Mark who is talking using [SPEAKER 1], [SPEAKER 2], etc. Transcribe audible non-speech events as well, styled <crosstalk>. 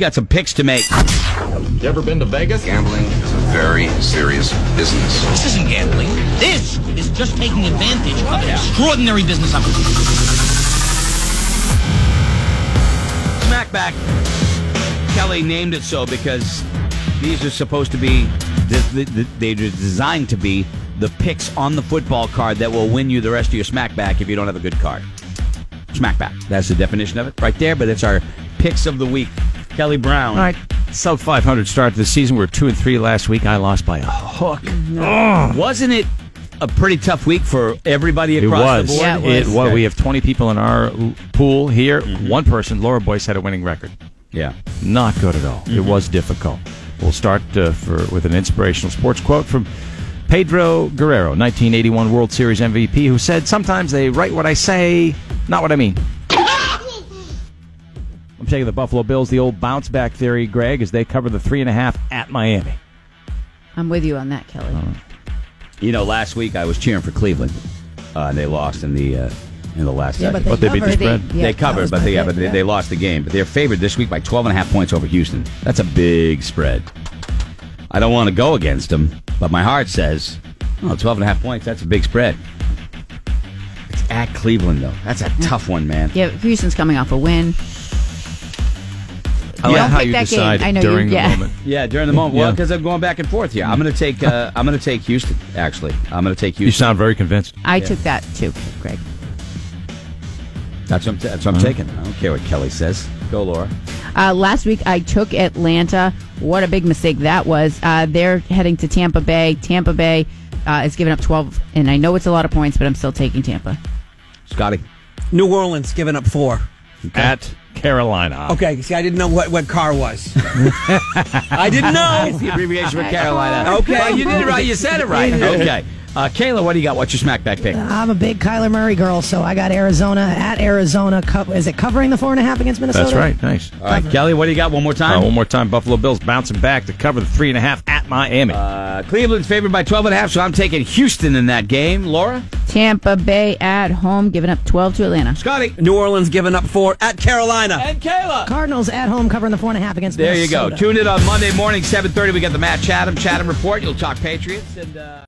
[SPEAKER 1] Got some picks to make.
[SPEAKER 2] You ever been to Vegas?
[SPEAKER 3] Gambling is a very serious business.
[SPEAKER 4] This isn't gambling. This is just taking advantage of an extraordinary business opportunity.
[SPEAKER 1] Smackback. Kelly named it so because these are supposed to be, th- th- th- they're designed to be the picks on the football card that will win you the rest of your smackback if you don't have a good card. Smackback. That's the definition of it right there, but it's our picks of the week. Kelly Brown.
[SPEAKER 5] All right. Sub 500 start to the season. We are 2 and 3 last week. I lost by a hook.
[SPEAKER 1] Wasn't it a pretty tough week for everybody
[SPEAKER 5] It
[SPEAKER 1] across
[SPEAKER 5] was.
[SPEAKER 1] the board?
[SPEAKER 6] Yeah, it
[SPEAKER 5] it
[SPEAKER 6] was.
[SPEAKER 5] was. We have 20 people in our l- pool here. One person, Laura Boyce, had a winning record.
[SPEAKER 1] Yeah.
[SPEAKER 5] Not good at all. It was difficult. We'll start uh, for, with an inspirational sports quote from Pedro Guerrero, 1981 World Series MVP, who said, Sometimes they write what I say, not what I mean. I'm taking the Buffalo Bills, the old bounce back theory, Greg, as they cover the three and a half at Miami.
[SPEAKER 6] I'm with you on that, Kelly.
[SPEAKER 1] You know, last week I was cheering for Cleveland. Uh, and they lost in the uh, in the last second.
[SPEAKER 5] But they beat the spread.
[SPEAKER 6] yeah,
[SPEAKER 1] they
[SPEAKER 6] that was
[SPEAKER 1] covered, but,
[SPEAKER 6] my
[SPEAKER 1] they, yeah,
[SPEAKER 6] pick,
[SPEAKER 1] but they,
[SPEAKER 6] yeah.
[SPEAKER 1] they lost the game. But they're favored this week by 12 and a half points over Houston. That's a big spread. I don't want to go against them, but my heart says, oh, 12 and a half points, that's a big spread. It's at Cleveland, though. That's a tough one, man.
[SPEAKER 6] Yeah, Houston's coming off a win.
[SPEAKER 5] I
[SPEAKER 6] Oh, Don't
[SPEAKER 5] like how
[SPEAKER 6] pick
[SPEAKER 5] you
[SPEAKER 6] that game.
[SPEAKER 5] decide
[SPEAKER 6] I know you-
[SPEAKER 5] during the
[SPEAKER 6] <laughs> yeah.
[SPEAKER 5] moment.
[SPEAKER 1] Yeah, during the moment. Well,
[SPEAKER 5] Yeah.
[SPEAKER 1] because I'm going back and forth here. I'm going to take. Uh, I'm going to take Houston. Actually, I'm going to take
[SPEAKER 5] You
[SPEAKER 1] Houston.
[SPEAKER 5] sound very convinced.
[SPEAKER 6] I took that too, Greg.
[SPEAKER 1] That's what I'm, ta- that's what I'm taking. I don't care what Kelly says. Go, Laura.
[SPEAKER 6] Uh, last week I took Atlanta. What a big mistake that was. Uh, they're heading to Tampa Bay. Tampa Bay uh, is giving up 12, and I know it's a lot of points, but I'm still taking Tampa.
[SPEAKER 1] Scotty.
[SPEAKER 7] New Orleans giving up four.
[SPEAKER 5] At Carolina.
[SPEAKER 7] Okay, see, I didn't know what, what car was. I didn't know.
[SPEAKER 1] <laughs> The abbreviation for Carolina.
[SPEAKER 7] Okay.
[SPEAKER 1] Well, you did it right. You said it right. Okay. Uh, Kayla, what do you got? What's your smackback pick?
[SPEAKER 8] I'm a big Kyler Murray girl, so I got Arizona at Arizona. Co- is it covering the four and a half against Minnesota?
[SPEAKER 5] That's right. Nice.
[SPEAKER 1] All right, Kelly, what do you got? One more
[SPEAKER 5] All right,
[SPEAKER 1] time.
[SPEAKER 5] one more time. Buffalo Bills bouncing back to cover the three and a half at Miami.
[SPEAKER 1] Uh, Cleveland's favored by 12 and a half, so I'm taking Houston in that game. Laura?
[SPEAKER 6] Tampa Bay at home, giving up 12 to Atlanta.
[SPEAKER 1] Scotty?
[SPEAKER 7] New Orleans giving up four at Carolina.
[SPEAKER 1] And Kayla.
[SPEAKER 8] Cardinals at home covering the four and a half against
[SPEAKER 1] There you
[SPEAKER 8] Minnesota.
[SPEAKER 1] go. Tune in on Monday morning, 7.30. We got the Matt Chatham Chatham Report. You'll talk Patriots and... Uh...